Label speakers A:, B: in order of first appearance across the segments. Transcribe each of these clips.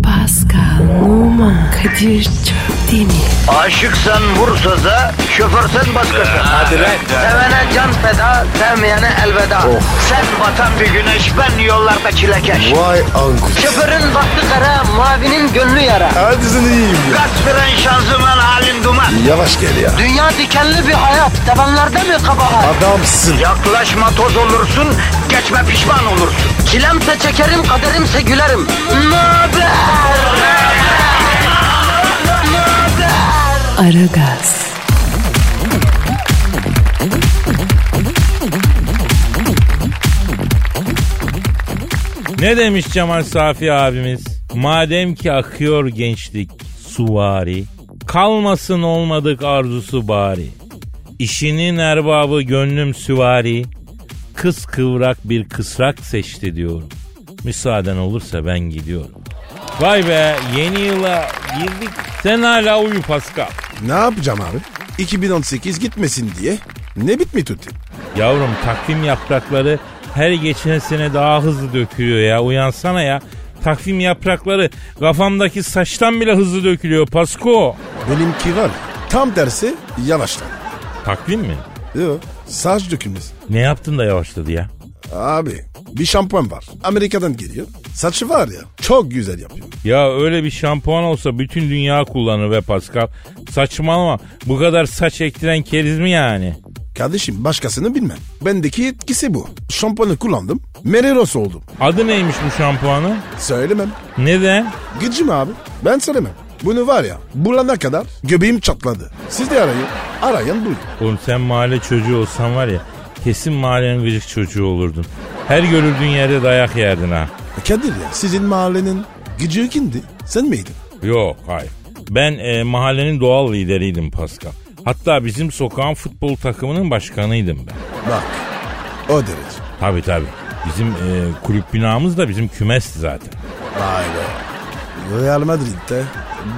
A: Pascal, Oman, Kadir çok değil mi?
B: Aşıksan vursa da şoförsen başkasın. Hadi
C: lan.
B: Sevene can feda, sevmeyene elveda. Sen batan bir güneş, ben yollarda çilekeş.
C: Vay anku.
B: Şoförün baktı kara, mavinin gönlü yara.
C: Hadi sen iyiyim ya.
B: Kasperen şanzıman halin duman.
C: Yavaş gel ya.
B: Dünya dikenli bir hayat, sevenlerde mi kabahar?
C: Adamsın.
B: Yaklaşma toz olursun, geçme pişman olursun. Çilemse çekerim, kaderimse gülerim. Möber!
A: Aragaz,
D: Ne demiş Cemal Safi abimiz? Madem ki akıyor gençlik suvari, kalmasın olmadık arzusu bari. İşinin erbabı gönlüm süvari, kız kıvrak bir kısrak seçti diyorum. Müsaaden olursa ben gidiyorum. Vay be yeni yıla girdik. Sen hala uyu Pascal.
C: Ne yapacağım abi? 2018 gitmesin diye ne bitmi tutayım?
D: Yavrum takvim yaprakları her geçen sene daha hızlı dökülüyor ya. Uyansana ya. Takvim yaprakları kafamdaki saçtan bile hızlı dökülüyor Pasko.
C: Benimki var. Tam tersi yavaşlar.
D: Takvim mi?
C: Yo, saç dökümlüsü.
D: Ne yaptın da yavaşladı ya?
C: Abi bir şampuan var. Amerika'dan geliyor. Saçı var ya çok güzel yapıyor.
D: Ya öyle bir şampuan olsa bütün dünya kullanır ve Pascal. Saçmalama. Bu kadar saç ektiren keriz mi yani?
C: Kardeşim başkasını bilmem. Bendeki etkisi bu. Şampuanı kullandım. Mereros oldum.
D: Adı neymiş bu şampuanın?
C: Söylemem.
D: Neden?
C: Gıcım abi. Ben söylemem. Bunu var ya bulana kadar göbeğim çatladı. Siz de arayın. Arayan buyurun.
D: Oğlum sen mahalle çocuğu olsan var ya kesin mahallenin gıcık çocuğu olurdun. Her görüldüğün yerde dayak yerdin ha.
C: E, Kadir ya sizin mahallenin gıcığı kimdi? Sen miydin?
D: Yok hayır. Ben e, mahallenin doğal lideriydim Pascal. Hatta bizim sokağın futbol takımının başkanıydım ben.
C: Bak o derece.
D: Tabii tabii. Bizim e, kulüp binamız da bizim kümesti zaten.
C: Vay be. Real Madrid'de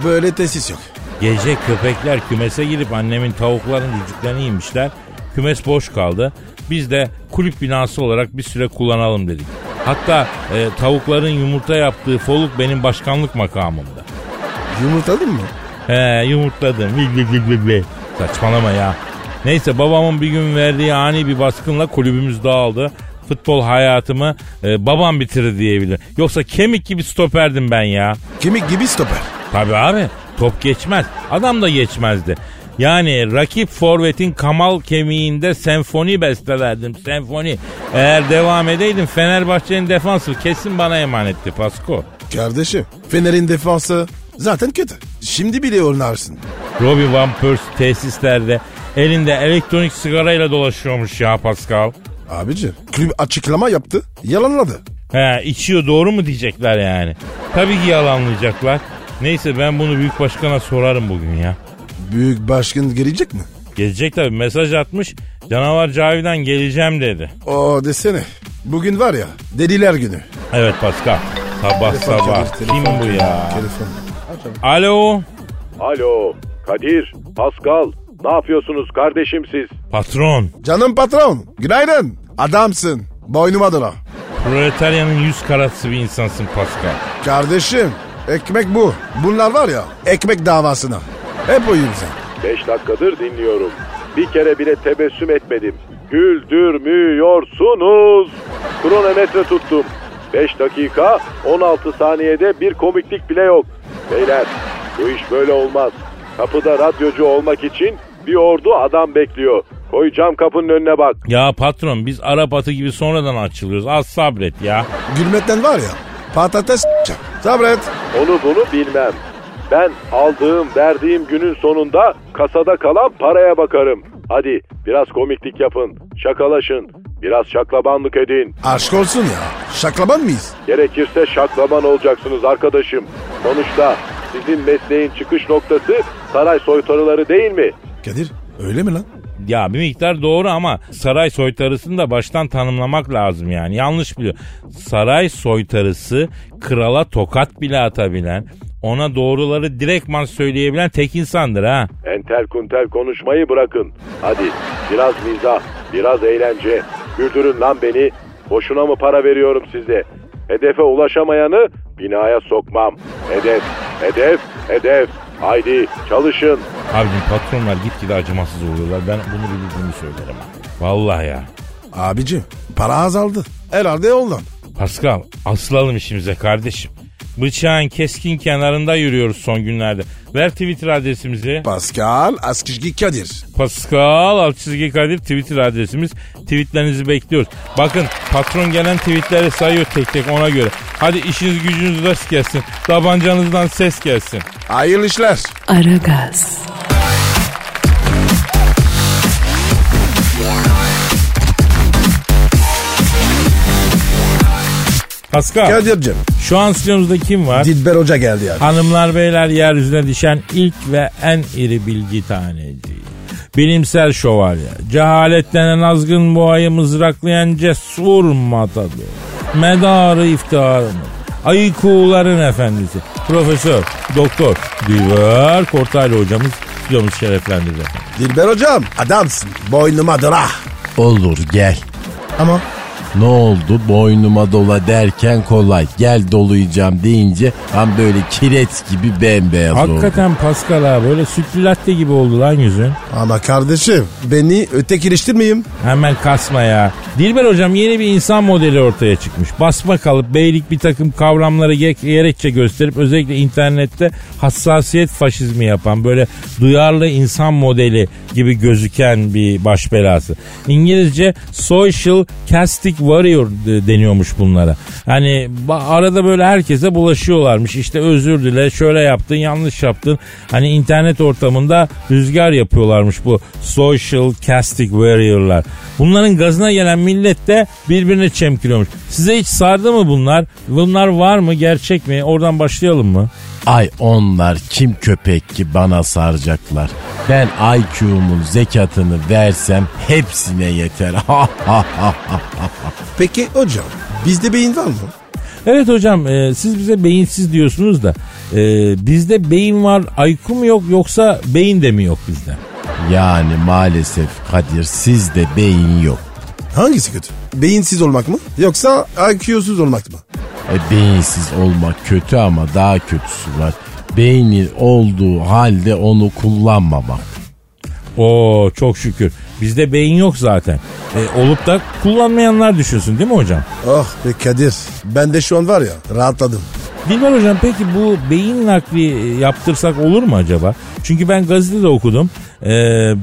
C: böyle tesis yok.
D: Gece köpekler kümese girip annemin tavukların cücüklerini yemişler. Kümes boş kaldı. Biz de kulüp binası olarak bir süre kullanalım dedik. Hatta e, tavukların yumurta yaptığı foluk benim başkanlık makamımda.
C: Yumurtladın mı?
D: He yumurtladım. Vig, vig, vig, vig, vig. Saçmalama ya. Neyse babamın bir gün verdiği ani bir baskınla kulübümüz dağıldı. Futbol hayatımı e, babam bitirdi diyebilirim. Yoksa kemik gibi stoperdim ben ya.
C: Kemik gibi stoper.
D: Tabii abi top geçmez. Adam da geçmezdi. Yani rakip forvetin kamal kemiğinde senfoni bestelerdim. Senfoni. Eğer devam edeydim Fenerbahçe'nin defansı kesin bana emanetti Pasko.
C: Kardeşim Fener'in defansı zaten kötü. Şimdi bile oynarsın.
D: Robbie Van Persie tesislerde elinde elektronik sigarayla dolaşıyormuş ya Pascal.
C: Abici kulüp açıklama yaptı. Yalanladı.
D: He içiyor doğru mu diyecekler yani. Tabii ki yalanlayacaklar. Neyse ben bunu büyük başkana sorarım bugün ya.
C: Büyük başkan gelecek mi?
D: Gelecek tabii mesaj atmış. Canavar Cavidan geleceğim dedi.
C: O desene. Bugün var ya deliler günü.
D: Evet Pascal. Sabah
C: Telefon
D: sabah.
C: çalıyor,
D: Kim
C: telefon
D: bu
C: çalıyor,
D: ya?
C: Telefon.
D: Alo.
E: Alo Kadir, Pascal ne yapıyorsunuz kardeşim siz?
D: Patron.
C: Canım patron. Günaydın. Adamsın. Boynuma dola.
D: Proletaryanın yüz karası bir insansın Pascal.
C: Kardeşim ekmek bu. Bunlar var ya ekmek davasına. Hep o yüzden.
E: 5 dakikadır dinliyorum. Bir kere bile tebessüm etmedim. Güldürmüyorsunuz. Kronometre tuttum. 5 dakika 16 saniyede bir komiklik bile yok. Beyler bu iş böyle olmaz. Kapıda radyocu olmak için bir ordu adam bekliyor. Koyacağım kapının önüne bak.
D: Ya patron biz Arap atı gibi sonradan açılıyoruz. Az sabret ya.
C: Gülmekten var ya patates s**eceğim. Sabret.
E: Onu bunu bilmem. Ben aldığım, verdiğim günün sonunda kasada kalan paraya bakarım. Hadi biraz komiklik yapın, şakalaşın, biraz şaklabanlık edin.
C: Aşk olsun ya. Şaklaban mıyız?
E: Gerekirse şaklaban olacaksınız arkadaşım. Sonuçta sizin mesleğin çıkış noktası saray soytarıları değil mi?
C: Kadir öyle mi lan?
D: Ya bir miktar doğru ama saray soytarısını da baştan tanımlamak lazım yani. Yanlış biliyor. Saray soytarısı krala tokat bile atabilen, ona doğruları direktman söyleyebilen tek insandır ha.
E: Entel kuntel konuşmayı bırakın. Hadi biraz mizah, biraz eğlence. Güldürün lan beni. Boşuna mı para veriyorum size? Hedefe ulaşamayanı binaya sokmam. Hedef, hedef, hedef. Haydi çalışın.
D: Abicim patronlar gitgide acımasız oluyorlar. Ben bunu bildiğimi söylerim. Vallahi ya.
C: Abicim para azaldı. Herhalde yoldan.
D: Pascal asılalım işimize kardeşim. Bıçağın keskin kenarında yürüyoruz son günlerde. Ver Twitter adresimizi.
C: Pascal Askışki Kadir.
D: Pascal alt çizgi Kadir Twitter adresimiz. Tweetlerinizi bekliyoruz. Bakın patron gelen tweetleri sayıyor tek tek ona göre. Hadi işiniz gücünüz rast gelsin. Tabancanızdan ses gelsin.
C: Hayırlı işler.
A: Aragaz,
D: Pascal
C: Kadir'cim.
D: şu an stüdyomuzda kim var?
C: Dilber Hoca geldi yani.
D: Hanımlar beyler yeryüzüne düşen ilk ve en iri bilgi taneci. Bilimsel şövalye. Cehalet denen azgın boğayı mızraklayan cesur matador. Medarı iftiharımız. Ayı kuğuların efendisi. Profesör, doktor, Dilber Kortaylı hocamız stüdyomuzu şereflendirdi.
C: Dilber Hocam adamsın. Boynuma dola.
F: Olur gel.
C: Ama
F: Ne oldu boynuma dola derken kolay. Gel dolayacağım deyince ben böyle kireç gibi bembeyaz oldu.
D: Hakikaten Pascal abi böyle sütlü latte gibi oldu lan yüzün.
C: ama kardeşim beni ötekileştirmeyeyim.
D: Hemen kasma ya. Dilber hocam yeni bir insan modeli ortaya çıkmış. Basma kalıp beylik bir takım kavramları gerek- gerekçe gösterip özellikle internette hassasiyet faşizmi yapan böyle duyarlı insan modeli gibi gözüken bir baş belası. İngilizce social castic warrior de- deniyormuş bunlara. Hani ba- arada böyle herkese bulaşıyorlarmış. İşte özür dile şöyle yaptın yanlış yaptın. Hani internet ortamında rüzgar yapıyorlarmış bu social castic warrior'lar. Bunların gazına gelen millet de birbirine çemkiriyormuş. Size hiç sardı mı bunlar? Bunlar var mı? Gerçek mi? Oradan başlayalım mı?
F: Ay onlar kim köpek ki bana saracaklar. Ben IQ'mun zekatını versem hepsine yeter.
C: Peki hocam bizde beyin var mı?
D: Evet hocam e, siz bize beyinsiz diyorsunuz da e, bizde beyin var IQ mu yok yoksa beyin de mi yok bizde?
F: yani maalesef Kadir sizde beyin yok.
C: Hangisi kötü? Beyinsiz olmak mı? Yoksa IQ'suz olmak mı?
F: E, beyinsiz olmak kötü ama daha kötüsü var. Beynin olduğu halde onu kullanmamak.
D: Oo çok şükür. Bizde beyin yok zaten. E, olup da kullanmayanlar düşünsün değil mi hocam?
C: Oh be Kadir. Ben de şu an var ya rahatladım.
D: Dilber hocam peki bu beyin nakli e, yaptırsak olur mu acaba? Çünkü ben gazetede okudum. E,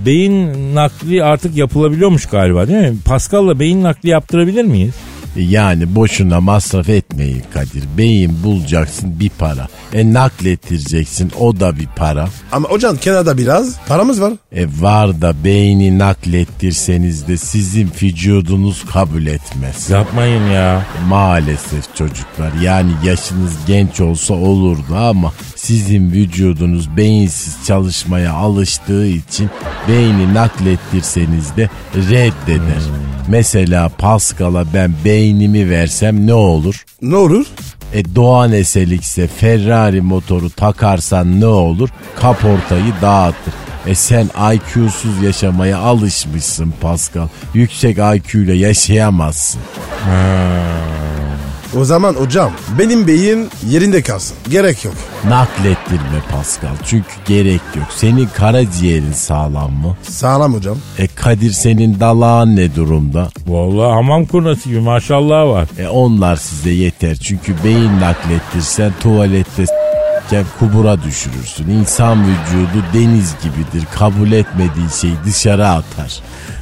D: beyin nakli artık yapılabiliyormuş galiba değil mi? Pascal'la beyin nakli yaptırabilir miyiz?
F: E, Yani boşuna masraf etmeyin Kadir. Beyin bulacaksın bir para. E naklettireceksin o da bir para.
C: Ama hocam kenarda biraz paramız var.
F: E var da beyni naklettirseniz de sizin vücudunuz kabul etmez.
D: Yapmayın ya.
F: Maalesef çocuklar yani yaşınız genç olsa olurdu ama sizin vücudunuz beyinsiz çalışmaya alıştığı için beyni naklettirseniz de reddeder. Mesela Pascal'a ben beynimi versem ne olur?
C: Ne olur?
F: E Doğan Eselikse Ferrari motoru takarsan ne olur? Kaportayı dağıtır. E sen IQ'suz yaşamaya alışmışsın Pascal. Yüksek IQ ile yaşayamazsın.
C: O zaman hocam benim beyin yerinde kalsın. Gerek yok.
F: Naklettirme Pascal çünkü gerek yok. Senin karaciğerin sağlam mı?
C: Sağlam hocam.
F: E Kadir senin dalağın ne durumda?
D: Vallahi hamam kurnası gibi maşallah var.
F: E onlar size yeter çünkü beyin naklettirsen tuvalette s**ken kubura düşürürsün. İnsan vücudu deniz gibidir. Kabul etmediği şeyi dışarı atar.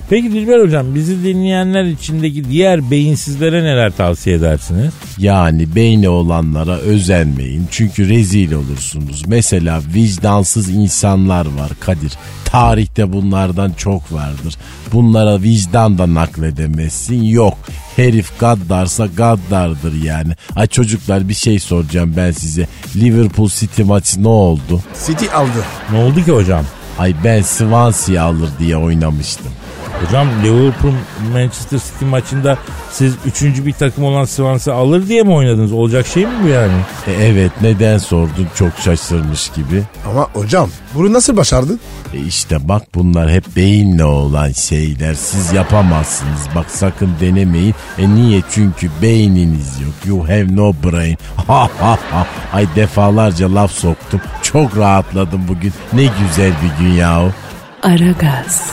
D: Peki Dilber hocam bizi dinleyenler içindeki diğer beyinsizlere neler tavsiye edersiniz?
F: Yani beyni olanlara özenmeyin çünkü rezil olursunuz. Mesela vicdansız insanlar var Kadir. Tarihte bunlardan çok vardır. Bunlara vicdan da nakledemezsin. Yok. Herif gaddarsa gaddardır yani. Ay çocuklar bir şey soracağım ben size. Liverpool City maçı ne oldu?
C: City aldı.
D: Ne oldu ki hocam?
F: Ay ben Swansea alır diye oynamıştım.
D: Hocam Liverpool Manchester City maçında siz üçüncü bir takım olan Swansea alır diye mi oynadınız? Olacak şey mi bu yani?
F: E, evet neden sordun çok şaşırmış gibi.
C: Ama hocam bunu nasıl başardın?
F: E işte bak bunlar hep beyinle olan şeyler. Siz yapamazsınız. Bak sakın denemeyin. E niye? Çünkü beyniniz yok. You have no brain. Ha ha ha. Ay defalarca laf soktum. Çok rahatladım bugün. Ne güzel bir gün yahu.
A: Aragaz,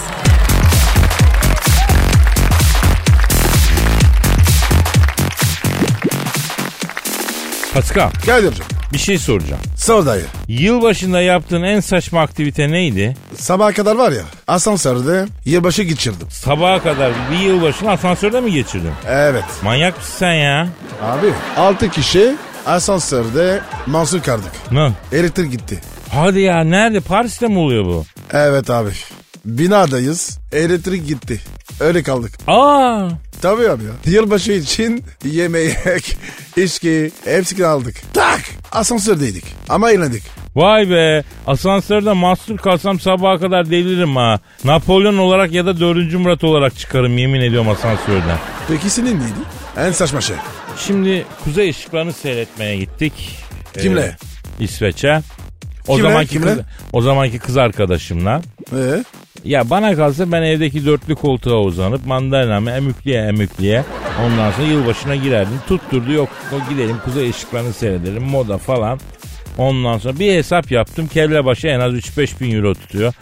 D: Pascal
C: Geldi hocam.
D: bir şey soracağım.
C: Sor dayı.
D: Yılbaşında yaptığın en saçma aktivite neydi?
C: Sabaha kadar var ya asansörde yılbaşı geçirdim.
D: Sabaha kadar bir yılbaşını asansörde mi geçirdin?
C: Evet.
D: Manyak mısın sen ya?
C: Abi 6 kişi asansörde mahsur kaldık.
D: Ne?
C: Elektrik gitti.
D: Hadi ya nerede? Paris'te mi oluyor bu?
C: Evet abi. Binadayız. Elektrik gitti. Öyle kaldık.
D: Aa!
C: Tabii abi ya. Yılbaşı için yemek, içki hepsini aldık. Tak! Asansördeydik. Ama eğlendik.
D: Vay be asansörde mahsur kalsam sabaha kadar deliririm ha. Napolyon olarak ya da 4. Murat olarak çıkarım yemin ediyorum asansörden.
C: Peki senin neydi? En saçma şey.
D: Şimdi kuzey ışıklarını seyretmeye gittik.
C: Kimle?
D: Ee, İsveç'e. O
C: Kimle?
D: zamanki
C: Kimle?
D: kız, o zamanki kız arkadaşımla.
C: Ee,
D: Ya bana kalsa ben evdeki dörtlü koltuğa uzanıp mandalinamı emükleye emükleye ondan sonra yılbaşına girerdim. Tutturdu yok o gidelim kuzey ışıklarını seyredelim moda falan. Ondan sonra bir hesap yaptım kelle başı en az 3-5 bin euro tutuyor.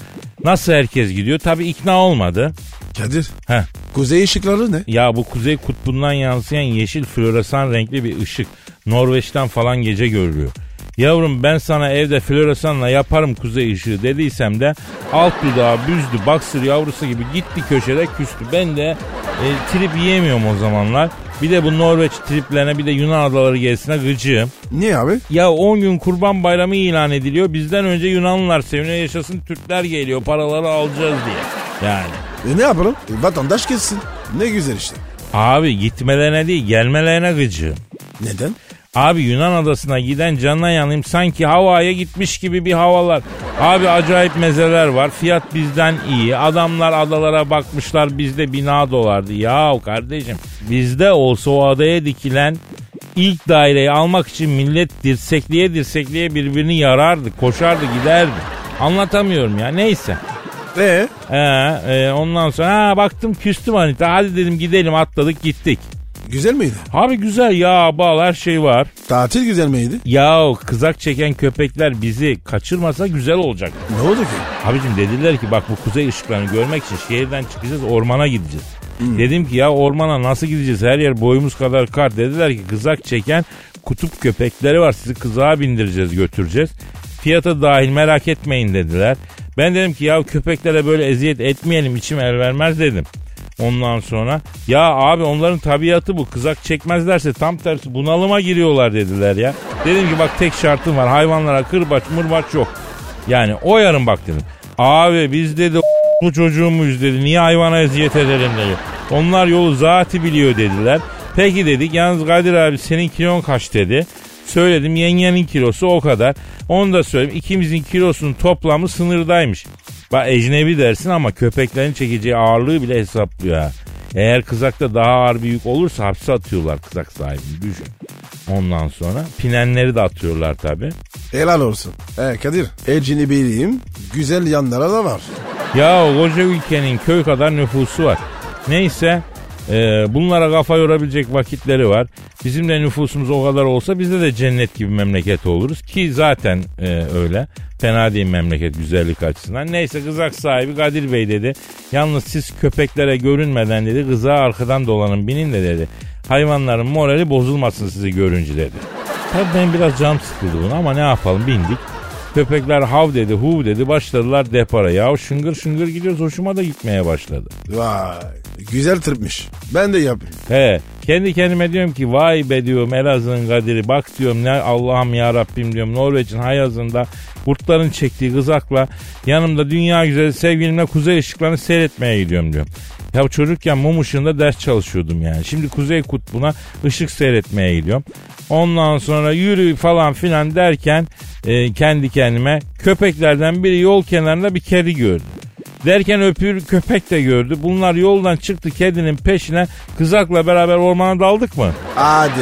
D: Nasıl herkes gidiyor? Tabii ikna olmadı.
C: Kadir.
D: Heh.
C: Kuzey ışıkları ne?
D: Ya bu kuzey kutbundan yansıyan yeşil floresan renkli bir ışık. Norveç'ten falan gece görülüyor. Yavrum ben sana evde floresanla yaparım kuzey ışığı dediysem de alt dudağı büzdü baksır yavrusu gibi gitti köşede küstü. Ben de e, trip yiyemiyorum o zamanlar. Bir de bu Norveç triplerine bir de Yunan adaları gezisine gıcığım.
C: Niye abi?
D: Ya 10 gün kurban bayramı ilan ediliyor. Bizden önce Yunanlılar seviniyor yaşasın Türkler geliyor paraları alacağız diye. Yani.
C: E ne yapalım? E, vatandaş gitsin. Ne güzel işte.
D: Abi gitmelerine değil gelmelerine gıcığım.
C: Neden?
D: Abi Yunan adasına giden canına yanayım sanki havaya gitmiş gibi bir havalar. Abi acayip mezeler var. Fiyat bizden iyi. Adamlar adalara bakmışlar bizde bina dolardı. Ya kardeşim bizde olsa o adaya dikilen ilk daireyi almak için millet dirsekliye dirsekliye birbirini yarardı. Koşardı giderdi. Anlatamıyorum ya neyse.
C: E
D: Ee, e, ondan sonra ha, baktım küstüm Anita. Hadi dedim gidelim atladık gittik.
C: güzel miydi?
D: Abi güzel ya bal her şey var.
C: Tatil güzel miydi?
D: Yahu kızak çeken köpekler bizi kaçırmasa güzel olacak.
C: Ne oldu ki?
D: Abicim dediler ki bak bu kuzey ışıklarını görmek için şehirden çıkacağız ormana gideceğiz. Dedim ki ya ormana nasıl gideceğiz her yer boyumuz kadar kar. Dediler ki kızak çeken kutup köpekleri var sizi kızağa bindireceğiz götüreceğiz. Fiyata dahil merak etmeyin dediler. Ben dedim ki ya köpeklere böyle eziyet etmeyelim içim el vermez dedim. Ondan sonra ya abi onların tabiatı bu kızak çekmezlerse tam tersi bunalıma giriyorlar dediler ya. Dedim ki bak tek şartım var hayvanlara kırbaç mırbaç yok. Yani o yarın bak dedim. Abi biz dedi bu çocuğumuz dedi niye hayvana eziyet edelim dedi. Onlar yolu zati biliyor dediler. Peki dedik yalnız Kadir abi senin kilon kaç dedi. Söyledim yengenin kilosu o kadar. Onu da söyledim ikimizin kilosunun toplamı sınırdaymış. Bak ecnebi dersin ama köpeklerin çekeceği ağırlığı bile hesaplıyor ha. Eğer kızakta daha ağır bir yük olursa hapse atıyorlar kızak sahibini düşün. Ondan sonra pinenleri de atıyorlar tabii.
C: Helal olsun. E Kadir. Ecini bileyim. Güzel yanlara da var.
D: Ya koca ülkenin köy kadar nüfusu var. Neyse e, bunlara kafa yorabilecek vakitleri var. Bizim de nüfusumuz o kadar olsa bizde de cennet gibi memleket oluruz. Ki zaten e, öyle. Fena değil memleket güzellik açısından. Neyse kızak sahibi Kadir Bey dedi. Yalnız siz köpeklere görünmeden dedi kıza arkadan dolanın binin de dedi. Hayvanların morali bozulmasın sizi görünce dedi. Tabii ben biraz cam sıkıldı buna ama ne yapalım bindik. Köpekler hav dedi, hu dedi, başladılar depara. Ya şıngır şıngır gidiyoruz, hoşuma da gitmeye başladı.
C: Vay. Güzel tırpmış. Ben de yapayım.
D: He, kendi kendime diyorum ki vay be diyorum Elazığ'ın Kadir'i bak diyorum ne Allah'ım ya Rabbim diyorum Norveç'in Hayazı'nda kurtların çektiği kızakla yanımda dünya güzeli sevgilimle kuzey ışıklarını seyretmeye gidiyorum diyorum. Ya çocukken mum ışığında ders çalışıyordum yani. Şimdi Kuzey Kutbu'na ışık seyretmeye gidiyorum. Ondan sonra yürü falan filan derken e, kendi kendime köpeklerden biri yol kenarında bir kedi gördü. Derken öpür köpek de gördü. Bunlar yoldan çıktı kedinin peşine. Kızakla beraber ormana daldık mı?
C: Hadi.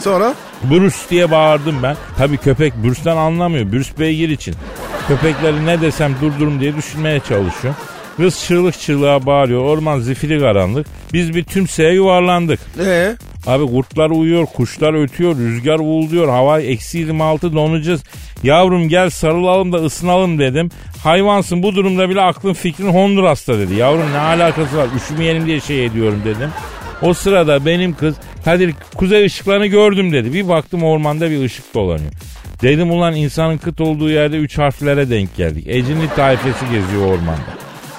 C: Sonra?
D: Bruce diye bağırdım ben. Tabii köpek Bruce'den anlamıyor. Bruce beygir için. Köpekleri ne desem durdurum diye düşünmeye çalışıyor. Kız çığlık çığlığa bağırıyor. Orman zifiri karanlık. Biz bir tümseye yuvarlandık.
C: Ee?
D: Abi kurtlar uyuyor, kuşlar ötüyor, rüzgar uğulduyor, hava eksi 26 donacağız. Yavrum gel sarılalım da ısınalım dedim. Hayvansın bu durumda bile aklın fikrin Honduras'ta dedi. Yavrum ne alakası var üşümeyelim diye şey ediyorum dedim. O sırada benim kız Kadir kuzey ışıklarını gördüm dedi. Bir baktım ormanda bir ışık dolanıyor. Dedim ulan insanın kıt olduğu yerde üç harflere denk geldik. Ecinli tayfesi geziyor ormanda.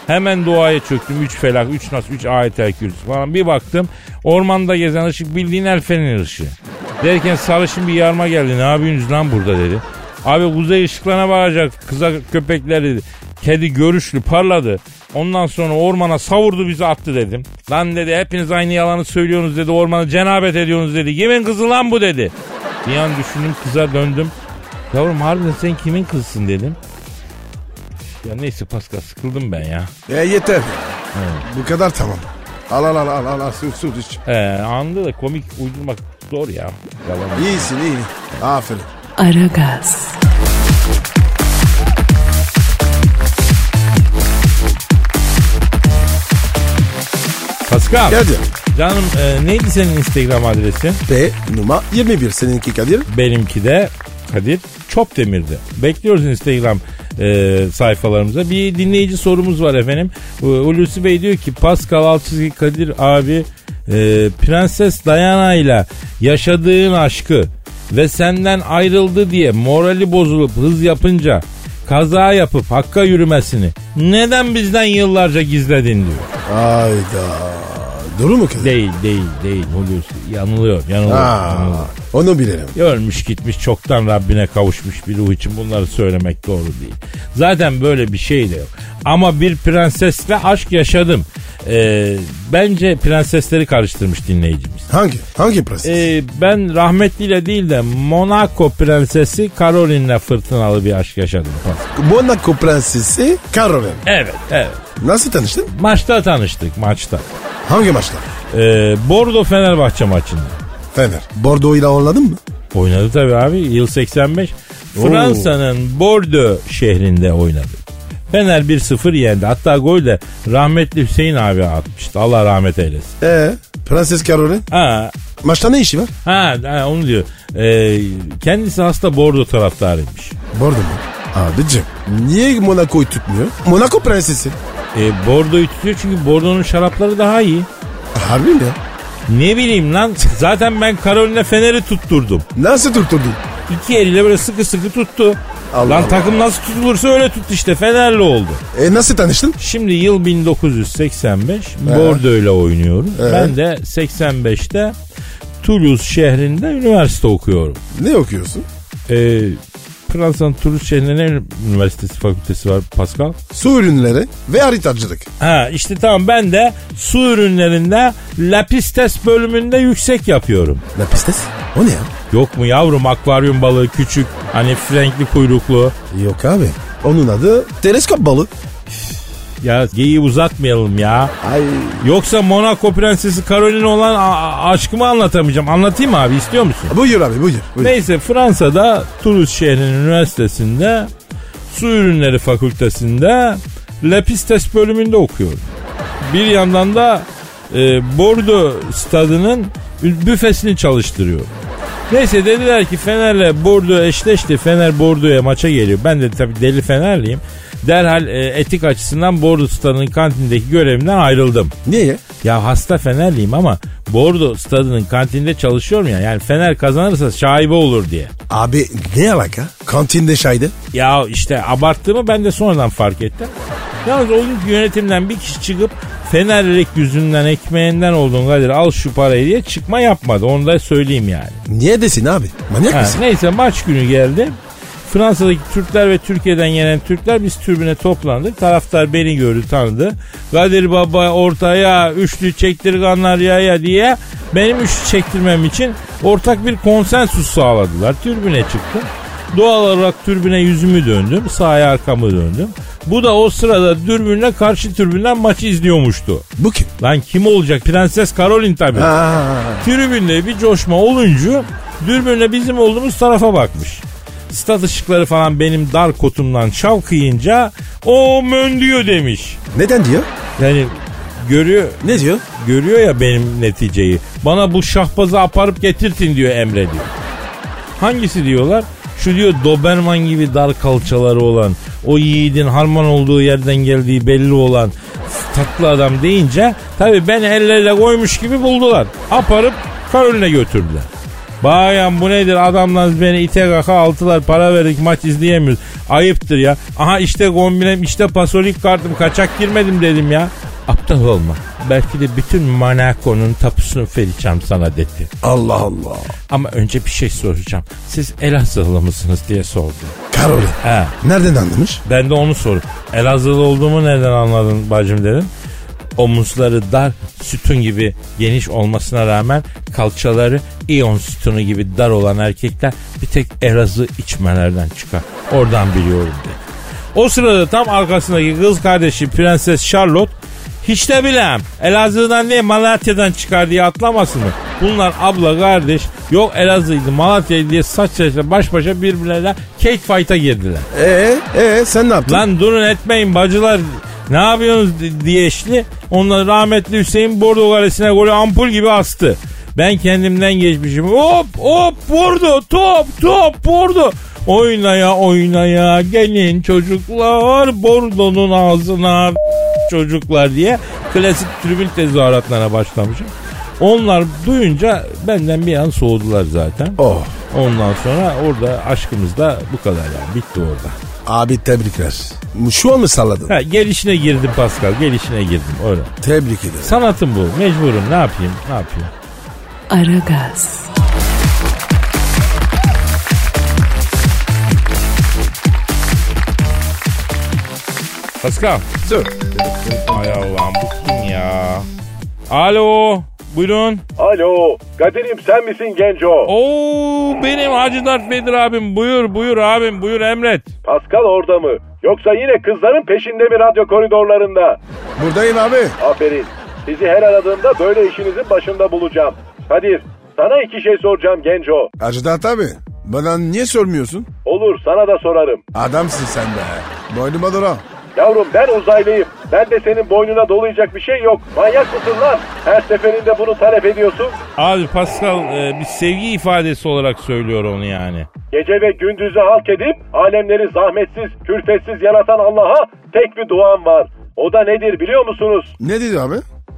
D: Hemen duaya çöktüm. Üç felak, üç nas, üç ayetel kürsü falan. Bir baktım ormanda gezen ışık bildiğin el feneri ışığı. Derken sarışın bir yarma geldi. Ne yapıyorsunuz lan burada dedi. Abi kuzey ışıklarına bağıracak kıza köpekler dedi. Kedi görüşlü parladı. Ondan sonra ormana savurdu bizi attı dedim. Lan dedi hepiniz aynı yalanı söylüyorsunuz dedi. Ormana cenabet ediyorsunuz dedi. Kimin kızı lan bu dedi. Bir an düşündüm kıza döndüm. Yavrum harbiden sen kimin kızısın dedim. Ya neyse Pascal sıkıldım ben ya.
C: E yeter. Bu kadar tamam. Al al al al al, al su su iç.
D: Ee, anında da komik uydurmak zor ya. Yalan.
C: İyisin iyi. Aferin.
A: Aragaz,
D: Pascal.
C: Geldi.
D: Canım e, neydi senin Instagram adresin?
C: P numara 21 seninki Kadir.
D: Benimki de Kadir Çopdemir'di. Bekliyoruz Instagram e, sayfalarımıza. Bir dinleyici sorumuz var efendim. E, Hulusi Bey diyor ki Pascal Alçızgi Kadir abi e, Prenses Diana ile yaşadığın aşkı ve senden ayrıldı diye morali bozulup hız yapınca kaza yapıp hakka yürümesini neden bizden yıllarca gizledin diyor.
C: Hayda. Doğru mu Kadir?
D: Değil değil değil Hulusi yanılıyor yanılıyor. yanılıyor.
C: Ha, onu bilelim.
D: Ölmüş gitmiş çoktan Rabbine kavuşmuş bir ruh için bunları söylemek doğru değil. Zaten böyle bir şey de yok. Ama bir prensesle aşk yaşadım. Ee, bence prensesleri karıştırmış dinleyicimiz.
C: Hangi? Hangi pres?
D: Ee, ben rahmetliyle değil de Monaco prensesi Caroline'le fırtınalı bir aşk yaşadım.
C: Monaco prensesi Caroline.
D: Evet evet.
C: Nasıl tanıştın?
D: Maçta tanıştık maçta.
C: Hangi maçta?
D: Ee, Bordo Fenerbahçe maçında.
C: Fener. Bordeaux ile oynadın mı?
D: Oynadı tabii abi. Yıl 85. Fransa'nın Bordeaux şehrinde oynadı. Fener 1-0 yendi. Hatta gol de rahmetli Hüseyin abi atmıştı. Allah rahmet eylesin.
C: Ee, Prenses Caroline.
D: Ha,
C: Maçta ne işi var?
D: ha, ha onu diyor. Ee, kendisi hasta Bordeaux taraftarıymış.
C: Bordeaux mu? Abicim niye Monaco'yu tutmuyor? Monaco prensesi.
D: Ee, Bordeaux'yu tutuyor çünkü Bordeaux'un şarapları daha iyi.
C: Harbi mi?
D: Ne bileyim lan zaten ben Karolina Fener'i tutturdum.
C: Nasıl tutturdun?
D: İki eliyle böyle sıkı sıkı tuttu.
C: Allah
D: lan
C: Allah.
D: takım nasıl tutulursa öyle tuttu işte Fenerli oldu.
C: E nasıl tanıştın?
D: Şimdi yıl 1985. Bordeaux ile oynuyorum.
C: Evet.
D: Ben de 85'te Toulouse şehrinde üniversite okuyorum.
C: Ne okuyorsun?
D: Ee, Fransa'nın Toulouse şehrinde ne üniversitesi fakültesi var Pascal?
C: Su ürünleri ve haritacılık.
D: Ha işte tamam ben de su ürünlerinde Lapistes bölümünde yüksek yapıyorum.
C: Lapistes? O ne ya?
D: Yok mu yavrum akvaryum balığı küçük hani frenkli kuyruklu.
C: Yok abi. Onun adı teleskop balı.
D: Ya geyiği uzatmayalım ya.
C: Ay
D: Yoksa Monaco prensesi Carolina olan a- a- aşkımı anlatamayacağım. Anlatayım mı abi istiyor musun?
C: buyur abi buyur. buyur.
D: Neyse Fransa'da Toulouse şehrinin üniversitesinde su ürünleri fakültesinde Lepistes bölümünde okuyorum. Bir yandan da e, Bordeaux stadının büfesini çalıştırıyorum. Neyse dediler ki Fener'le Bordeaux eşleşti. Fener Bordeaux'ya maça geliyor. Ben de tabii deli Fenerliyim. Derhal e, etik açısından Bordeaux stadının kantindeki görevimden ayrıldım.
C: Niye?
D: Ya hasta Fenerliyim ama Bordo stadının kantinde çalışıyorum ya. Yani Fener kazanırsa şaibe olur diye.
C: Abi ne alaka? Kantinde şaydı.
D: Ya işte abarttığımı ben de sonradan fark ettim. Yalnız o günkü yönetimden bir kişi çıkıp Fenerlilik yüzünden ekmeğinden oldun Kadir al şu parayı diye çıkma yapmadı. Onu da söyleyeyim yani.
C: Niye desin abi? Manyak
D: Ha,
C: mısın?
D: neyse maç günü geldi. Fransa'daki Türkler ve Türkiye'den gelen Türkler biz tribüne toplandık. Taraftar beni gördü tanıdı. Kadir Baba ortaya üçlü çektirganlar ya ya diye benim üçlü çektirmem için ortak bir konsensus sağladılar. Tribüne çıktım. Doğal olarak türbüne yüzümü döndüm. Sahaya arkamı döndüm. Bu da o sırada dürbünle karşı türbünden maçı izliyormuştu.
C: Bu kim?
D: Lan kim olacak? Prenses Caroline tabii.
C: Aa,
D: Tribünde bir coşma olunca dürbünle bizim olduğumuz tarafa bakmış. Stat ışıkları falan benim dar kotumdan şavkıyınca o mön diyor demiş.
C: neden diyor?
D: Yani görüyor
C: Ne diyor?
D: görüyor ya benim neticeyi. Bana bu şahbazı aparıp getirtin diyor Emre diyor. Hangisi diyorlar? Şu diyor Doberman gibi dar kalçaları olan, o yiğidin harman olduğu yerden geldiği belli olan tatlı adam deyince tabii ben elleriyle koymuş gibi buldular. Aparıp Karol'üne götürdüler. Bayan bu nedir adamlar beni ite kaka altılar para verdik maç izleyemiyoruz. Ayıptır ya. Aha işte kombinem işte pasolik kartım kaçak girmedim dedim ya. Aptal olma. Belki de bütün Monaco'nun tapusunu vereceğim sana dedi.
C: Allah Allah.
D: Ama önce bir şey soracağım. Siz Elazığlı mısınız diye sordu.
C: Karoli.
D: He.
C: Nereden anlamış?
D: Ben de onu sordum. Elazığlı olduğumu nereden anladın bacım dedim. Omuzları dar, sütun gibi geniş olmasına rağmen kalçaları iyon sütunu gibi dar olan erkekler bir tek Elazığ içmelerden çıkar. Oradan biliyorum dedi. O sırada tam arkasındaki kız kardeşi Prenses Charlotte hiç de bilem Elazığ'dan değil Malatya'dan çıkar diye atlamasın mı? Bunlar abla kardeş yok Elazığ'ydı Malatya'ydı diye saç saçla baş başa birbirleriyle cake fight'a girdiler.
C: Ee, ee sen ne yaptın?
D: Lan durun etmeyin bacılar. Ne yapıyorsunuz di- diye eşli. Onları rahmetli Hüseyin Bordo kalesine golü ampul gibi astı. Ben kendimden geçmişim. Hop hop vurdu top top vurdu. Oynaya oynaya gelin çocuklar Bordo'nun ağzına çocuklar diye klasik tribün tezahüratlarına başlamışım. Onlar duyunca benden bir an soğudular zaten.
C: Oh.
D: Ondan sonra orada aşkımız da bu kadar yani bitti orada.
C: Abi tebrikler. Şu an mı salladın?
D: Ha, gelişine girdim Pascal, gelişine girdim öyle.
C: Tebrik ederim.
D: Sanatım bu, mecburum. Ne yapayım, ne yapayım?
A: Aragaz,
D: Pascal,
C: Dur.
D: ay Allah'ım bu kim ya? Alo, buyurun.
E: Alo Kadir'im sen misin Genco?
D: Oo benim Hacı Dert Bedir abim, buyur buyur abim, buyur emret.
E: Pascal orada mı? Yoksa yine kızların peşinde mi radyo koridorlarında?
C: Buradayım abi.
E: Aferin. Sizi her aradığımda böyle işinizin başında bulacağım. Kadir sana iki şey soracağım Genco.
C: Acıdat abi. Bana niye sormuyorsun?
E: Olur sana da sorarım.
C: Adamsın sen be. Boynuma dura.
E: Yavrum ben uzaylıyım. Ben de senin boynuna dolayacak bir şey yok. Manyak mısın lan? Her seferinde bunu talep ediyorsun.
D: Abi Pascal e, bir sevgi ifadesi olarak söylüyor onu yani.
E: Gece ve gündüzü halk edip alemleri zahmetsiz, külfetsiz yaratan Allah'a tek bir duam var. O da nedir biliyor musunuz?
C: Ne dedi abi?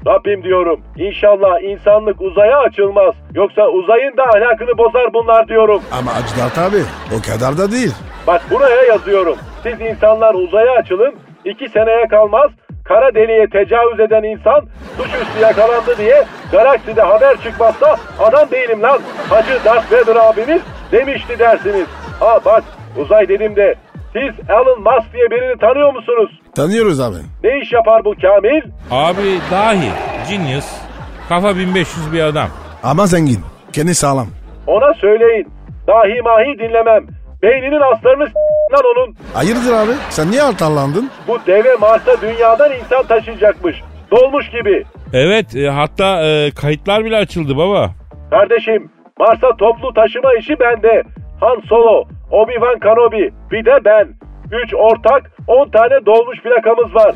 E: Rabbim diyorum. İnşallah insanlık uzaya açılmaz. Yoksa uzayın da ahlakını bozar bunlar diyorum.
C: Ama Acıdat abi o kadar da değil.
E: Bak buraya yazıyorum. Siz insanlar uzaya açılın. iki seneye kalmaz kara deliğe tecavüz eden insan suçüstü yakalandı diye galakside haber çıkmazsa adam değilim lan. Hacı Darth Vader abimiz demişti dersiniz. Ha bak uzay dedim de siz Elon Musk diye birini tanıyor musunuz?
C: Tanıyoruz abi.
E: Ne iş yapar bu Kamil?
D: Abi dahi, genius, kafa 1500 bir adam.
C: Ama zengin. Kendi sağlam.
E: Ona söyleyin. Dahi mahi dinlemem. Beyninin aslarını s- lan onun.
C: Hayırdır abi? Sen niye altarlandın?
E: Bu deve Mars'a dünyadan insan taşıyacakmış. Dolmuş gibi.
D: Evet, e, hatta e, kayıtlar bile açıldı baba.
E: Kardeşim Mars'a toplu taşıma işi bende. Han Solo, Obi-Wan Kenobi, bir de ben. 3 ortak, 10 tane dolmuş plakamız var.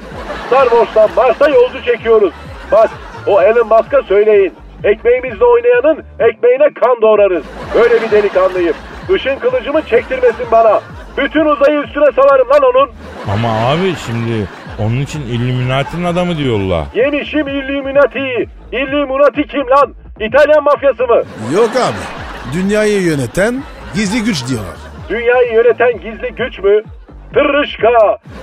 E: Star Wars'tan Mars'a yolcu çekiyoruz. Bak o Elon Musk'a söyleyin. Ekmeğimizle oynayanın ekmeğine kan doğrarız. Böyle bir delikanlıyım. Işın kılıcımı çektirmesin bana. Bütün uzayı üstüne salarım lan onun.
D: Ama abi şimdi onun için Illuminati'nin adamı diyorlar.
E: Yemişim Illuminati'yi. Illuminati kim lan? İtalyan mafyası mı?
C: Yok abi. Dünyayı yöneten gizli güç diyorlar.
E: Dünyayı yöneten gizli güç mü? Tırışka!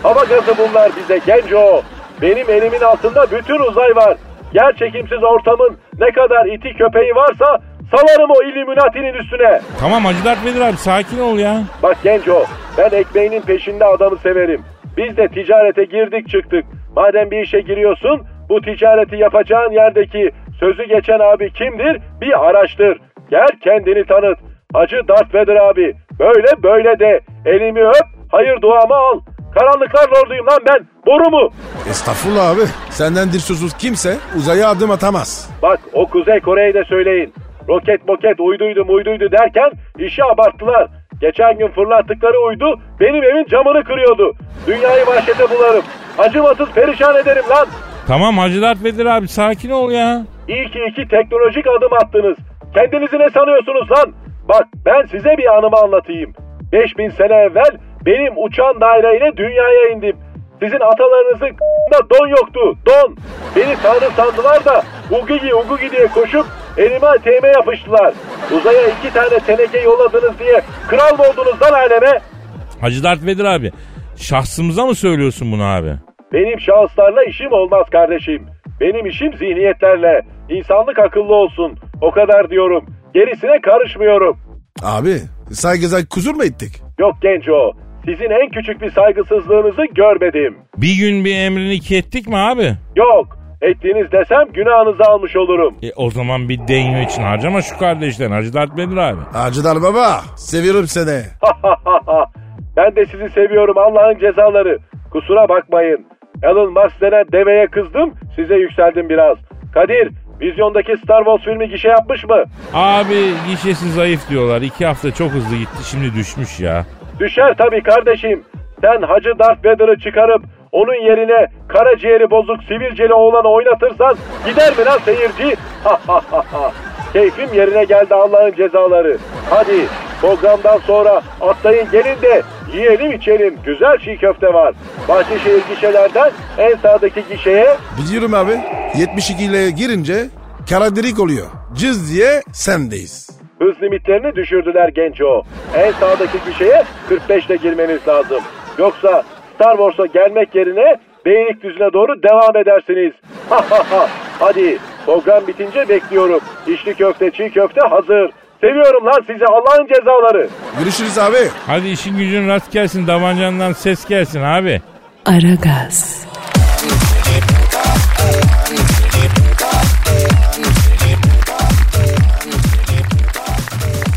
E: Hava gazı bunlar bize genco. Benim elimin altında bütün uzay var. Yer çekimsiz ortamın ne kadar iti köpeği varsa salarım o Illuminati'nin üstüne.
D: Tamam Hacı Dert Vedir abi sakin ol ya.
E: Bak genco ben ekmeğinin peşinde adamı severim. Biz de ticarete girdik çıktık. Madem bir işe giriyorsun bu ticareti yapacağın yerdeki sözü geçen abi kimdir bir araştır. Gel kendini tanıt. Hacı Darth Vader abi Böyle böyle de. Elimi öp, hayır duamı al. Karanlıklar lorduyum lan ben. Boru mu?
C: Estağfurullah abi. Senden dilsuzsuz kimse uzaya adım atamaz.
E: Bak o Kuzey Kore'yi de söyleyin. Roket moket uyduydu muyduydu derken işi abarttılar. Geçen gün fırlattıkları uydu benim evin camını kırıyordu. Dünyayı vahşete bularım. Acımasız perişan ederim lan.
D: Tamam Hacı Dert Vedir abi sakin ol ya.
E: İyi ki iki teknolojik adım attınız. Kendinizi ne sanıyorsunuz lan? Bak ben size bir anımı anlatayım. 5000 sene evvel benim uçan daireyle dünyaya indim. Sizin atalarınızın k***ında don yoktu, don. Beni tanrı sandılar da ugugi ugugi diye koşup elime teğme yapıştılar. Uzaya iki tane teneke yolladınız diye kral mı oldunuz lan aleme?
D: Hacı Dert Vedir abi şahsımıza mı söylüyorsun bunu abi?
E: Benim şahıslarla işim olmaz kardeşim. Benim işim zihniyetlerle. İnsanlık akıllı olsun. O kadar diyorum. Gerisine karışmıyorum.
C: Abi saygıza kusur mu ettik?
E: Yok genco. Sizin en küçük bir saygısızlığınızı görmedim.
D: Bir gün bir emrini kettik mi abi?
E: Yok. Ettiğiniz desem günahınızı almış olurum.
D: E, o zaman bir değinme için harcama şu kardeşlerin Hacı Dert Vedir abi.
C: Acıdar baba seviyorum seni.
E: ben de sizi seviyorum Allah'ın cezaları. Kusura bakmayın. Elon Musk denen deveye kızdım, size yükseldim biraz. Kadir, vizyondaki Star Wars filmi gişe yapmış mı?
D: Abi gişesi zayıf diyorlar. İki hafta çok hızlı gitti şimdi düşmüş ya.
E: Düşer tabii kardeşim. Sen Hacı Darth Vader'ı çıkarıp onun yerine karaciğeri bozuk sivilceli oğlanı oynatırsan gider mi lan seyirci? Keyfim yerine geldi Allah'ın cezaları. Hadi programdan sonra atlayın gelin de yiyelim içelim. Güzel çiğ köfte var. Bahçeşehir gişelerden en sağdaki gişeye
C: Biliyorum abi 72 ile girince karaderik oluyor. Cız diye sendeyiz.
E: Hız limitlerini düşürdüler genco. En sağdaki gişeye 45 ile girmeniz lazım. Yoksa Star Wars'a gelmek yerine Beylikdüzü'ne doğru devam edersiniz. Hadi program bitince bekliyorum. İçli köfte, çiğ köfte hazır. Seviyorum lan sizi Allah'ın cezaları.
C: Görüşürüz abi.
D: Hadi işin gücün rast gelsin davancandan ses gelsin abi.
A: Aragaz,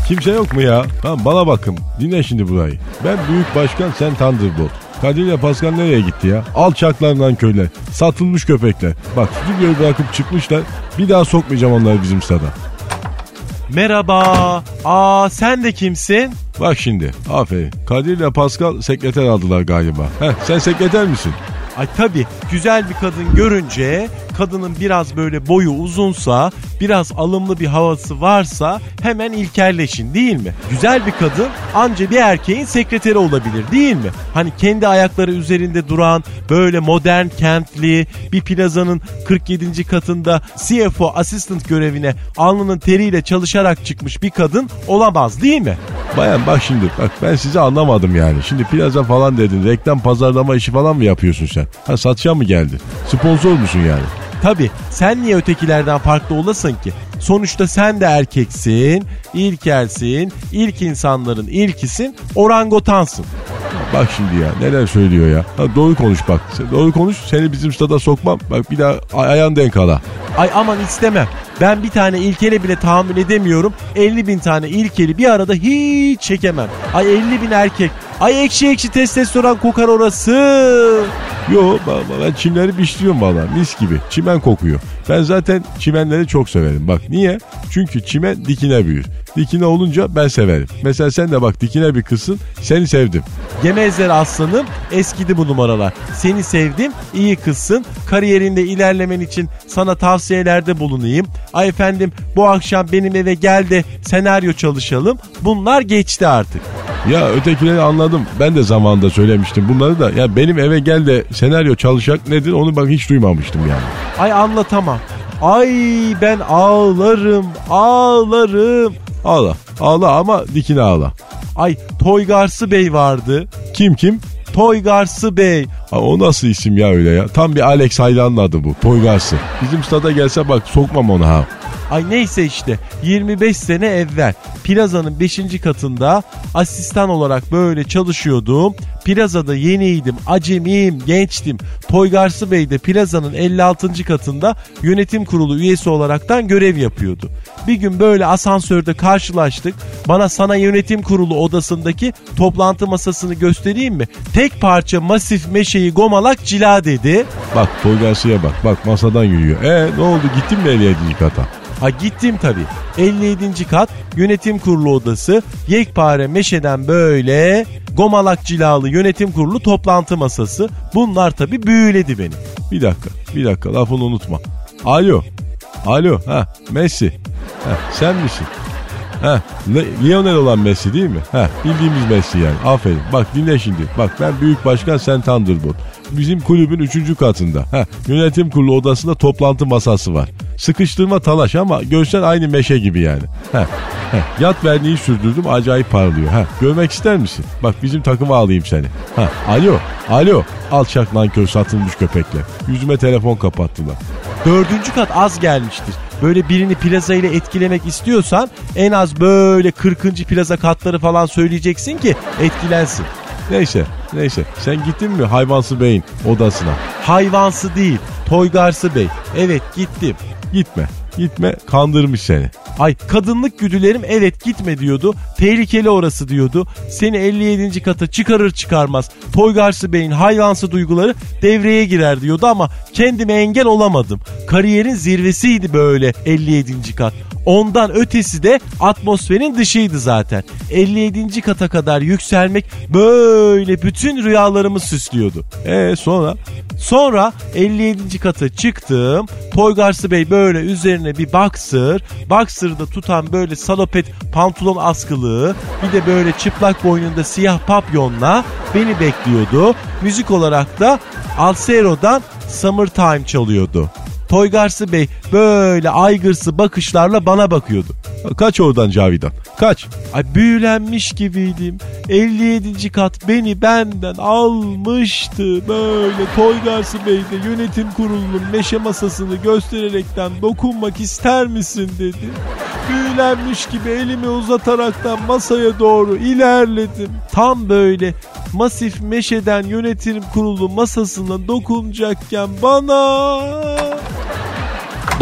G: Kimse yok mu ya? Ha, bana bakın. Dinle şimdi burayı. Ben Büyük Başkan sen Thunderbolt. Kadir ile Pascal nereye gitti ya? Alçaklarından köyler. Satılmış köpekler. Bak stüdyoyu bırakıp çıkmışlar. Bir daha sokmayacağım onları bizim sada.
H: Merhaba. Aa sen de kimsin?
G: Bak şimdi. Aferin. Kadir ile Pascal sekreter aldılar galiba. Heh, sen sekreter misin?
H: Ay tabii güzel bir kadın görünce kadının biraz böyle boyu uzunsa biraz alımlı bir havası varsa hemen ilkelleşin değil mi? Güzel bir kadın anca bir erkeğin sekreteri olabilir değil mi? Hani kendi ayakları üzerinde duran böyle modern kentli bir plazanın 47. katında CFO assistant görevine alnının teriyle çalışarak çıkmış bir kadın olamaz değil mi?
G: Bayan bak şimdi. Bak ben sizi anlamadım yani. Şimdi plaza falan dedin. Reklam pazarlama işi falan mı yapıyorsun sen? Ha satışa mı geldi? Sponsor musun yani?
H: Tabi sen niye ötekilerden farklı olasın ki? Sonuçta sen de erkeksin, ilkelsin, ilk insanların ilkisin, orangotansın.
G: Bak şimdi ya neler söylüyor ya. Ha, doğru konuş bak. Sen doğru konuş seni bizim stada sokmam. Bak bir daha ay- ayağın denk ala.
H: Ay aman istemem. Ben bir tane ilkele bile tahammül edemiyorum. 50 bin tane ilkeli bir arada hiç çekemem. Ay 50 bin erkek. Ay ekşi ekşi testosteron kokar orası.
G: Yo ba- ba- ben çimleri biçliyorum valla mis gibi. Çimen kokuyor. Ben zaten çimenleri çok severim. Bak niye? Çünkü çimen dikine büyür. Dikine olunca ben severim. Mesela sen de bak dikine bir kızsın seni sevdim.
H: Yemezler aslanım eskidi bu numaralar. Seni sevdim iyi kızsın kariyerinde ilerlemen için sana tavsiyelerde bulunayım. Ay efendim bu akşam benim eve gel de senaryo çalışalım. Bunlar geçti artık.
G: Ya ötekileri anladım. Ben de zamanında söylemiştim bunları da. Ya benim eve gel de senaryo çalışacak nedir onu bak hiç duymamıştım yani.
H: Ay anlatamam. Ay ben ağlarım ağlarım.
G: Ağla ağla ama dikine ağla.
H: Ay Toygarsı Bey vardı.
G: Kim kim?
H: Toygarsı Bey.
G: Ha, o nasıl isim ya öyle ya? Tam bir Alex Haylan'ın adı bu. Toygarsı. Bizim stada gelse bak sokmam onu ha.
E: Ay neyse işte 25 sene evvel plazanın 5. katında asistan olarak böyle çalışıyordum. Plazada yeniydim, acemiyim, gençtim. Toygarsı Bey de plazanın 56. katında yönetim kurulu üyesi olaraktan görev yapıyordu. Bir gün böyle asansörde karşılaştık. Bana sana yönetim kurulu odasındaki toplantı masasını göstereyim mi? Tek parça masif meşeyi gomalak cila dedi.
I: Bak Tolga'sıya bak. Bak masadan yürüyor. E ne oldu gittin mi 57. kata?
E: Ha gittim tabii. 57. kat yönetim kurulu odası yekpare meşeden böyle gomalak cilalı yönetim kurulu toplantı masası. Bunlar tabii büyüledi beni.
I: Bir dakika. Bir dakika lafını unutma. Alo. Alo. Ha Messi. Ha, sen misin? Ha, Le- Lionel olan Messi değil mi? Ha, bildiğimiz Messi yani. Aferin. Bak dinle şimdi. Bak ben Büyük Başkan Sen Thunderbolt. Bizim kulübün 3. katında. Ha, yönetim kurulu odasında toplantı masası var. Sıkıştırma talaş ama görsen aynı meşe gibi yani. Ha, ha, yat verniği sürdürdüm acayip parlıyor. Ha, görmek ister misin? Bak bizim takıma alayım seni. Ha, alo, alo. Alçak nankör satılmış köpekle. Yüzüme telefon kapattılar.
E: Dördüncü kat az gelmiştir. Böyle birini plaza ile etkilemek istiyorsan en az böyle 40. plaza katları falan söyleyeceksin ki etkilensin.
I: Neyse, neyse. Sen gittin mi hayvansı beyin odasına?
E: Hayvansı değil, toygarsı bey. Evet gittim.
I: Gitme. Gitme kandırmış seni.
E: Ay kadınlık güdülerim evet gitme diyordu. Tehlikeli orası diyordu. Seni 57. kata çıkarır çıkarmaz. Toygarsı Bey'in hayvansı duyguları devreye girer diyordu ama kendime engel olamadım. Kariyerin zirvesiydi böyle 57. kat. Ondan ötesi de atmosferin dışıydı zaten. 57. kata kadar yükselmek böyle bütün rüyalarımı süslüyordu.
I: E sonra
E: Sonra 57. kata çıktım. Toygarsı Bey böyle üzerine bir boxer. Boxer'da tutan böyle salopet pantolon askılığı. Bir de böyle çıplak boynunda siyah papyonla beni bekliyordu. Müzik olarak da Alsero'dan Summertime çalıyordu. Toygarsı Bey böyle aygırsı bakışlarla bana bakıyordu.
I: kaç oradan Cavidan. Kaç.
E: Ay büyülenmiş gibiydim. 57. kat beni benden almıştı. Böyle Toygarsı Bey de yönetim kurulunun meşe masasını göstererekten dokunmak ister misin dedi. Büyülenmiş gibi elimi uzataraktan masaya doğru ilerledim. Tam böyle masif meşeden yönetim kurulu masasına dokunacakken bana...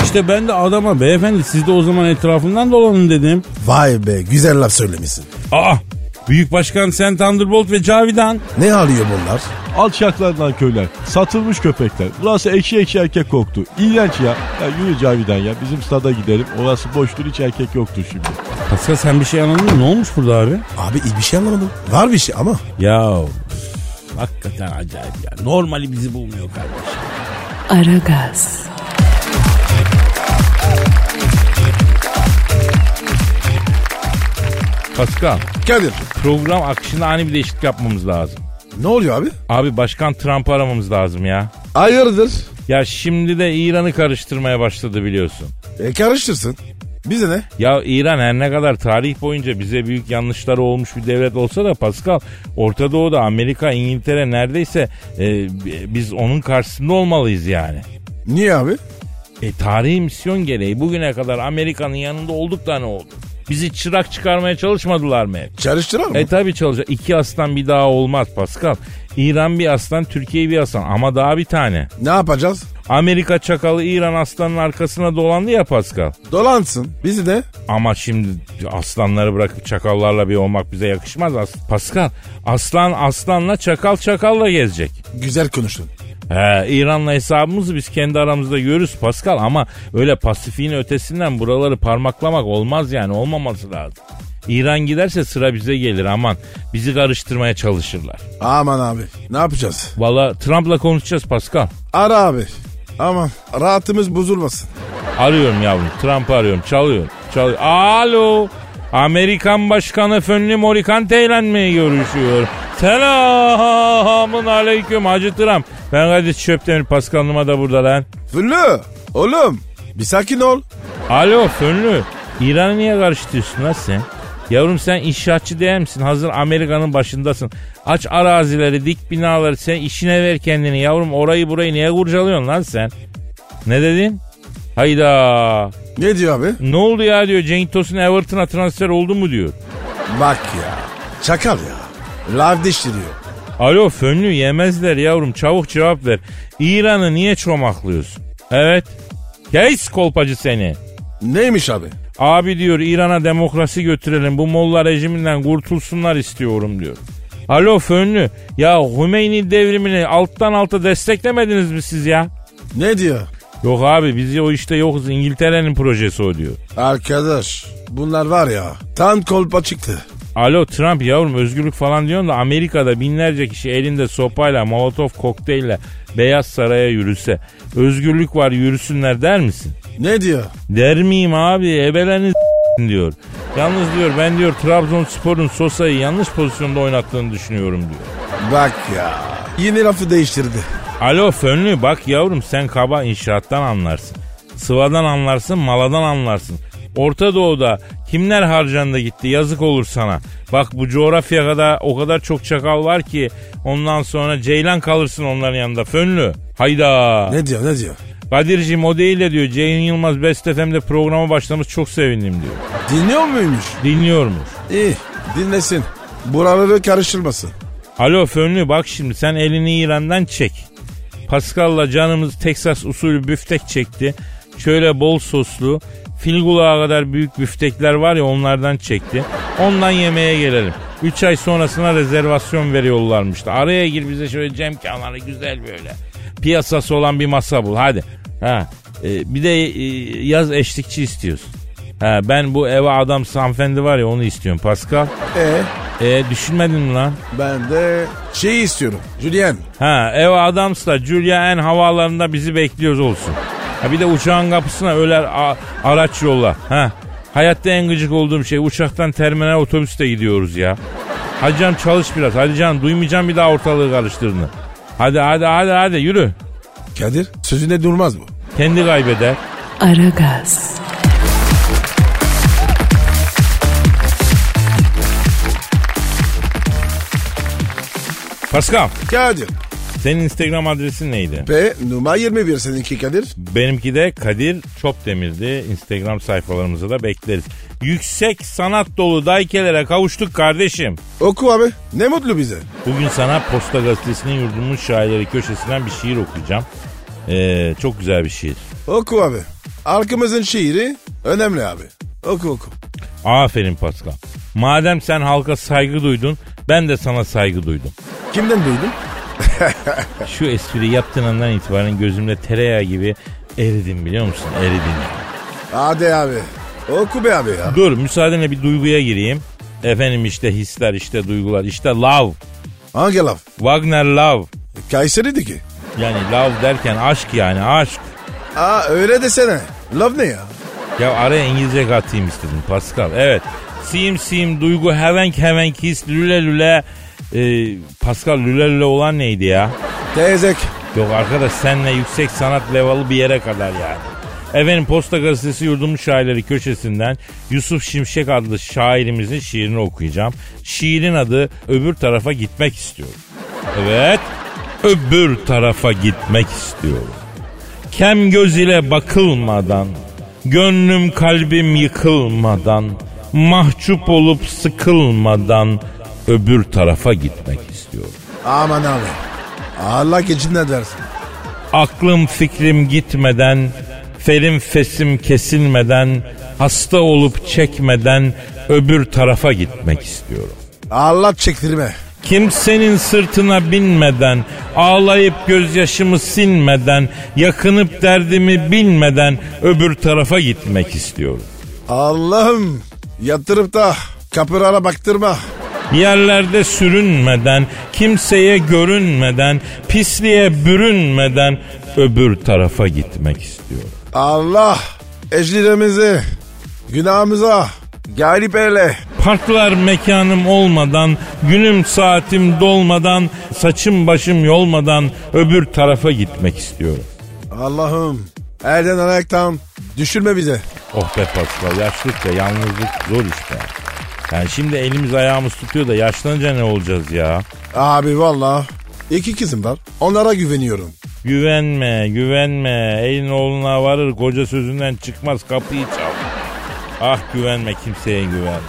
D: İşte ben de adama beyefendi siz de o zaman etrafından dolanın dedim.
C: Vay be güzel laf söylemişsin.
D: Aa Büyük Başkan Sen Thunderbolt ve Cavidan.
C: Ne alıyor bunlar?
I: Alçaklardan köyler. Satılmış köpekler. Burası ekşi ekşi erkek koktu. İğrenç ya. Ya yürü Cavidan ya. Bizim stada gidelim. Orası boştur hiç erkek yoktu şimdi.
D: Pascal sen bir şey anladın mı? Ne olmuş burada abi?
C: Abi iyi bir şey anlamadım. Var bir şey ama.
D: Ya üf, hakikaten acayip ya. Normali bizi bulmuyor kardeşim.
A: Aragaz,
D: Pascal
C: Kadir.
D: program akışında ani bir değişiklik yapmamız lazım.
C: Ne oluyor abi?
D: Abi Başkan Trump'ı aramamız lazım ya.
C: Hayırdır?
D: Ya şimdi de İran'ı karıştırmaya başladı biliyorsun.
C: E karıştırsın. Bize ne?
D: Ya İran her ne kadar tarih boyunca bize büyük yanlışları olmuş bir devlet olsa da Pascal Orta Doğu'da Amerika, İngiltere neredeyse e, biz onun karşısında olmalıyız yani.
C: Niye abi?
D: E tarihi misyon gereği bugüne kadar Amerika'nın yanında olduk da ne oldu? Bizi çırak çıkarmaya çalışmadılar mı hep?
C: Çalıştırar mı?
D: E tabi çalışacak. İki aslan bir daha olmaz Pascal. İran bir aslan, Türkiye bir aslan ama daha bir tane.
C: Ne yapacağız?
D: Amerika çakalı İran aslanın arkasına dolandı ya Pascal.
C: Dolansın. Bizi de.
D: Ama şimdi aslanları bırakıp çakallarla bir olmak bize yakışmaz. As- Pascal aslan aslanla çakal çakalla gezecek.
C: Güzel konuştun.
D: He, İran'la hesabımızı biz kendi aramızda görürüz Pascal ama öyle Pasifik'in ötesinden buraları parmaklamak olmaz yani olmaması lazım. İran giderse sıra bize gelir aman bizi karıştırmaya çalışırlar.
C: Aman abi. Ne yapacağız?
D: Valla Trump'la konuşacağız Pascal.
C: Ara abi. Aman rahatımız bozulmasın.
D: Arıyorum yavrum Trump'ı arıyorum çalıyorum çalıyor. Alo Amerikan Başkanı Fönlü Morikante ile mi görüşüyor? Selamın aleyküm Hacı Trump. Ben Kadir Çöptemir Pascal Numa da burada lan.
C: Füllü. Oğlum. Bir sakin ol.
D: Alo Fönlü. İran'ı niye karıştırıyorsun lan sen? Yavrum sen inşaatçı değil misin? Hazır Amerika'nın başındasın. Aç arazileri, dik binaları sen işine ver kendini. Yavrum orayı burayı niye kurcalıyorsun lan sen? Ne dedin? Hayda.
C: Ne diyor abi?
D: Ne oldu ya diyor Cenk Tosun Everton'a transfer oldu mu diyor.
C: Bak ya. Çakal ya. Lav diştiriyor.
D: Alo fönlü yemezler yavrum çabuk cevap ver. İran'ı niye çomaklıyorsun? Evet. Geç kolpacı seni.
C: Neymiş abi?
D: Abi diyor İran'a demokrasi götürelim bu Molla rejiminden kurtulsunlar istiyorum diyor. Alo fönlü ya Hümeyni devrimini alttan alta desteklemediniz mi siz ya?
C: Ne diyor?
D: Yok abi biz o işte yokuz İngiltere'nin projesi o diyor.
C: Arkadaş bunlar var ya tam kolpa çıktı.
D: Alo Trump yavrum özgürlük falan diyorsun da Amerika'da binlerce kişi elinde sopayla molotof kokteylle Beyaz Saray'a yürüse özgürlük var yürüsünler der misin?
C: Ne diyor?
D: Der miyim abi ebeleniz diyor. Yalnız diyor ben diyor Trabzonspor'un Sosa'yı yanlış pozisyonda oynattığını düşünüyorum diyor.
C: Bak ya. Yine lafı değiştirdi.
D: Alo Fönlü bak yavrum sen kaba inşaattan anlarsın. Sıvadan anlarsın, maladan anlarsın. Orta Doğu'da kimler harcanda gitti yazık olur sana. Bak bu coğrafya kadar o kadar çok çakal var ki ondan sonra ceylan kalırsın onların yanında Fönlü. Hayda.
C: Ne diyor ne diyor?
D: Kadir'cim o değil de diyor Ceyhun Yılmaz Best FM'de programa başlamış çok sevindim diyor.
C: Dinliyor muymuş?
D: Dinliyormuş.
C: İyi dinlesin. Buraları karıştırmasın.
D: Alo Fönlü bak şimdi sen elini İran'dan çek. Pascal'la canımız Texas usulü büftek çekti. Şöyle bol soslu, fil kulağı kadar büyük büftekler var ya onlardan çekti. Ondan yemeğe gelelim. 3 ay sonrasına rezervasyon veriyorlarmış da. Araya gir bize şöyle cemkanları güzel böyle. Piyasası olan bir masa bul hadi. Ha. e, bir de e, yaz eşlikçi istiyoruz. Ha, ben bu eve adam sanfendi var ya onu istiyorum Pascal.
C: E
D: E, düşünmedin mi lan?
C: ben de şey istiyorum. Julien.
D: Ha ev adamsa Julia en havaalanında bizi bekliyoruz olsun. Ha bir de uçağın kapısına öler a- araç yolla. Ha hayatta en gıcık olduğum şey uçaktan terminal otobüste gidiyoruz ya. Hadi canım çalış biraz. Hadi canım duymayacağım bir daha ortalığı karıştırdığını. Hadi hadi hadi hadi yürü.
C: Kadir sözünde durmaz bu.
D: Kendi kaybeder.
A: Aragaz,
D: Pascal
C: Kadir.
D: senin Instagram adresin neydi?
C: Ve numara 21 seninki Kadir.
D: Benimki de Kadir Çopdemir'di. Instagram sayfalarımızı da bekleriz. Yüksek sanat dolu daykelere kavuştuk kardeşim.
C: Oku abi. Ne mutlu bize.
D: Bugün sana Posta Gazetesi'nin yurdumun şairleri köşesinden bir şiir okuyacağım. Ee, çok güzel bir şiir.
C: Oku abi. Halkımızın şiiri önemli abi. Oku oku.
D: Aferin Pascal. Madem sen halka saygı duydun, ben de sana saygı duydum.
C: Kimden duydun?
D: Şu espri yaptığın andan itibaren gözümde tereyağı gibi eridim biliyor musun? Eridim.
C: Hadi abi. Oku be abi ya.
D: Dur müsaadenle bir duyguya gireyim. Efendim işte hisler, işte duygular, işte love.
C: Hangi laf?
D: Wagner love.
C: Kayseri'di ki.
D: Yani love derken aşk yani aşk.
C: Aa öyle desene. Laf ne ya?
D: Ya araya İngilizce katayım istedim Pascal. Evet. Sim sim duygu hevenk hevenk his lüle lüle. Ee, Pascal lüle lüle olan neydi ya?
C: Teyzek.
D: Yok arkadaş senle yüksek sanat levalı bir yere kadar yani. Efendim Posta Gazetesi Yurdumun Şairleri köşesinden Yusuf Şimşek adlı şairimizin şiirini okuyacağım. Şiirin adı Öbür Tarafa Gitmek istiyorum. Evet, öbür tarafa gitmek istiyorum. Kem göz ile bakılmadan, gönlüm kalbim yıkılmadan, mahcup olup sıkılmadan öbür tarafa gitmek istiyorum.
C: Aman abi. Allah geçinler dersin.
D: Aklım fikrim gitmeden, ferim fesim kesilmeden, hasta olup çekmeden öbür tarafa gitmek istiyorum.
C: Allah çektirme.
D: Kimsenin sırtına binmeden, ağlayıp gözyaşımı silmeden, yakınıp derdimi bilmeden öbür tarafa gitmek istiyorum.
C: Allah'ım yatırıp da kapırara baktırma.
D: Yerlerde sürünmeden, kimseye görünmeden, pisliğe bürünmeden öbür tarafa gitmek istiyorum.
C: Allah ecdidimizi, günahımıza galip eyle.
D: Parklar mekanım olmadan, günüm saatim dolmadan, saçım başım yolmadan öbür tarafa gitmek istiyorum.
C: Allah'ım elden ayaktan düşürme bize.
D: Oh be Pascal yaşlılık da yalnızlık zor işte. Yani şimdi elimiz ayağımız tutuyor da yaşlanınca ne olacağız ya?
C: Abi valla iki kızım var onlara güveniyorum.
D: Güvenme, güvenme. Elin oğluna varır, koca sözünden çıkmaz, kapıyı çal. Ah güvenme, kimseye güven.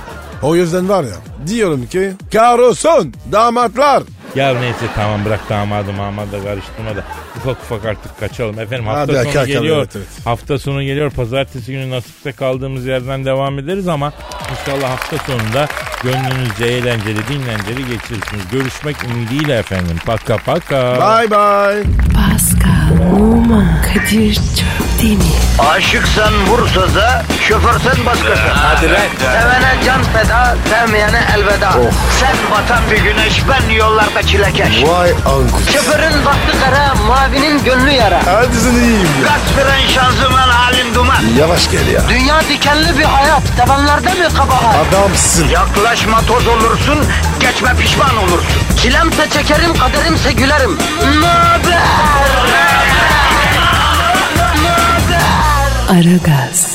C: O yüzden var ya diyorum ki karosun damatlar.
D: Ya neyse tamam bırak damadı mamada karıştırma da ufak ufak artık kaçalım efendim
C: Hadi
D: hafta
C: ya, kalk,
D: sonu
C: kalk,
D: geliyor
C: evet, evet.
D: hafta sonu geliyor pazartesi günü nasipse kaldığımız yerden devam ederiz ama inşallah hafta sonunda gönlünüzce eğlenceli dinlenceli geçirirsiniz görüşmek ümidiyle efendim paka paka
C: Bye bye.
A: Pascal, Oman, Kadir çok değil mi?
B: Aşıksan vursa da şoförsen başkasın. Hadi Sevene can feda, sevmeyene elveda. Sen batan bir güneş, ben yollarda çilekeş.
C: Vay anku.
B: Şoförün baktı kara, mavinin gönlü yara.
C: Hadi sen iyiyim ya.
B: Kasperen şanzıman halin duman.
C: Yavaş gel ya.
B: Dünya dikenli bir hayat, sevenlerde mi kabahar?
C: Adamsın.
B: Yaklaşma toz olursun, geçme pişman olursun. Çilemse çekerim, kaderimse gülerim. Möber!
A: Aragaz.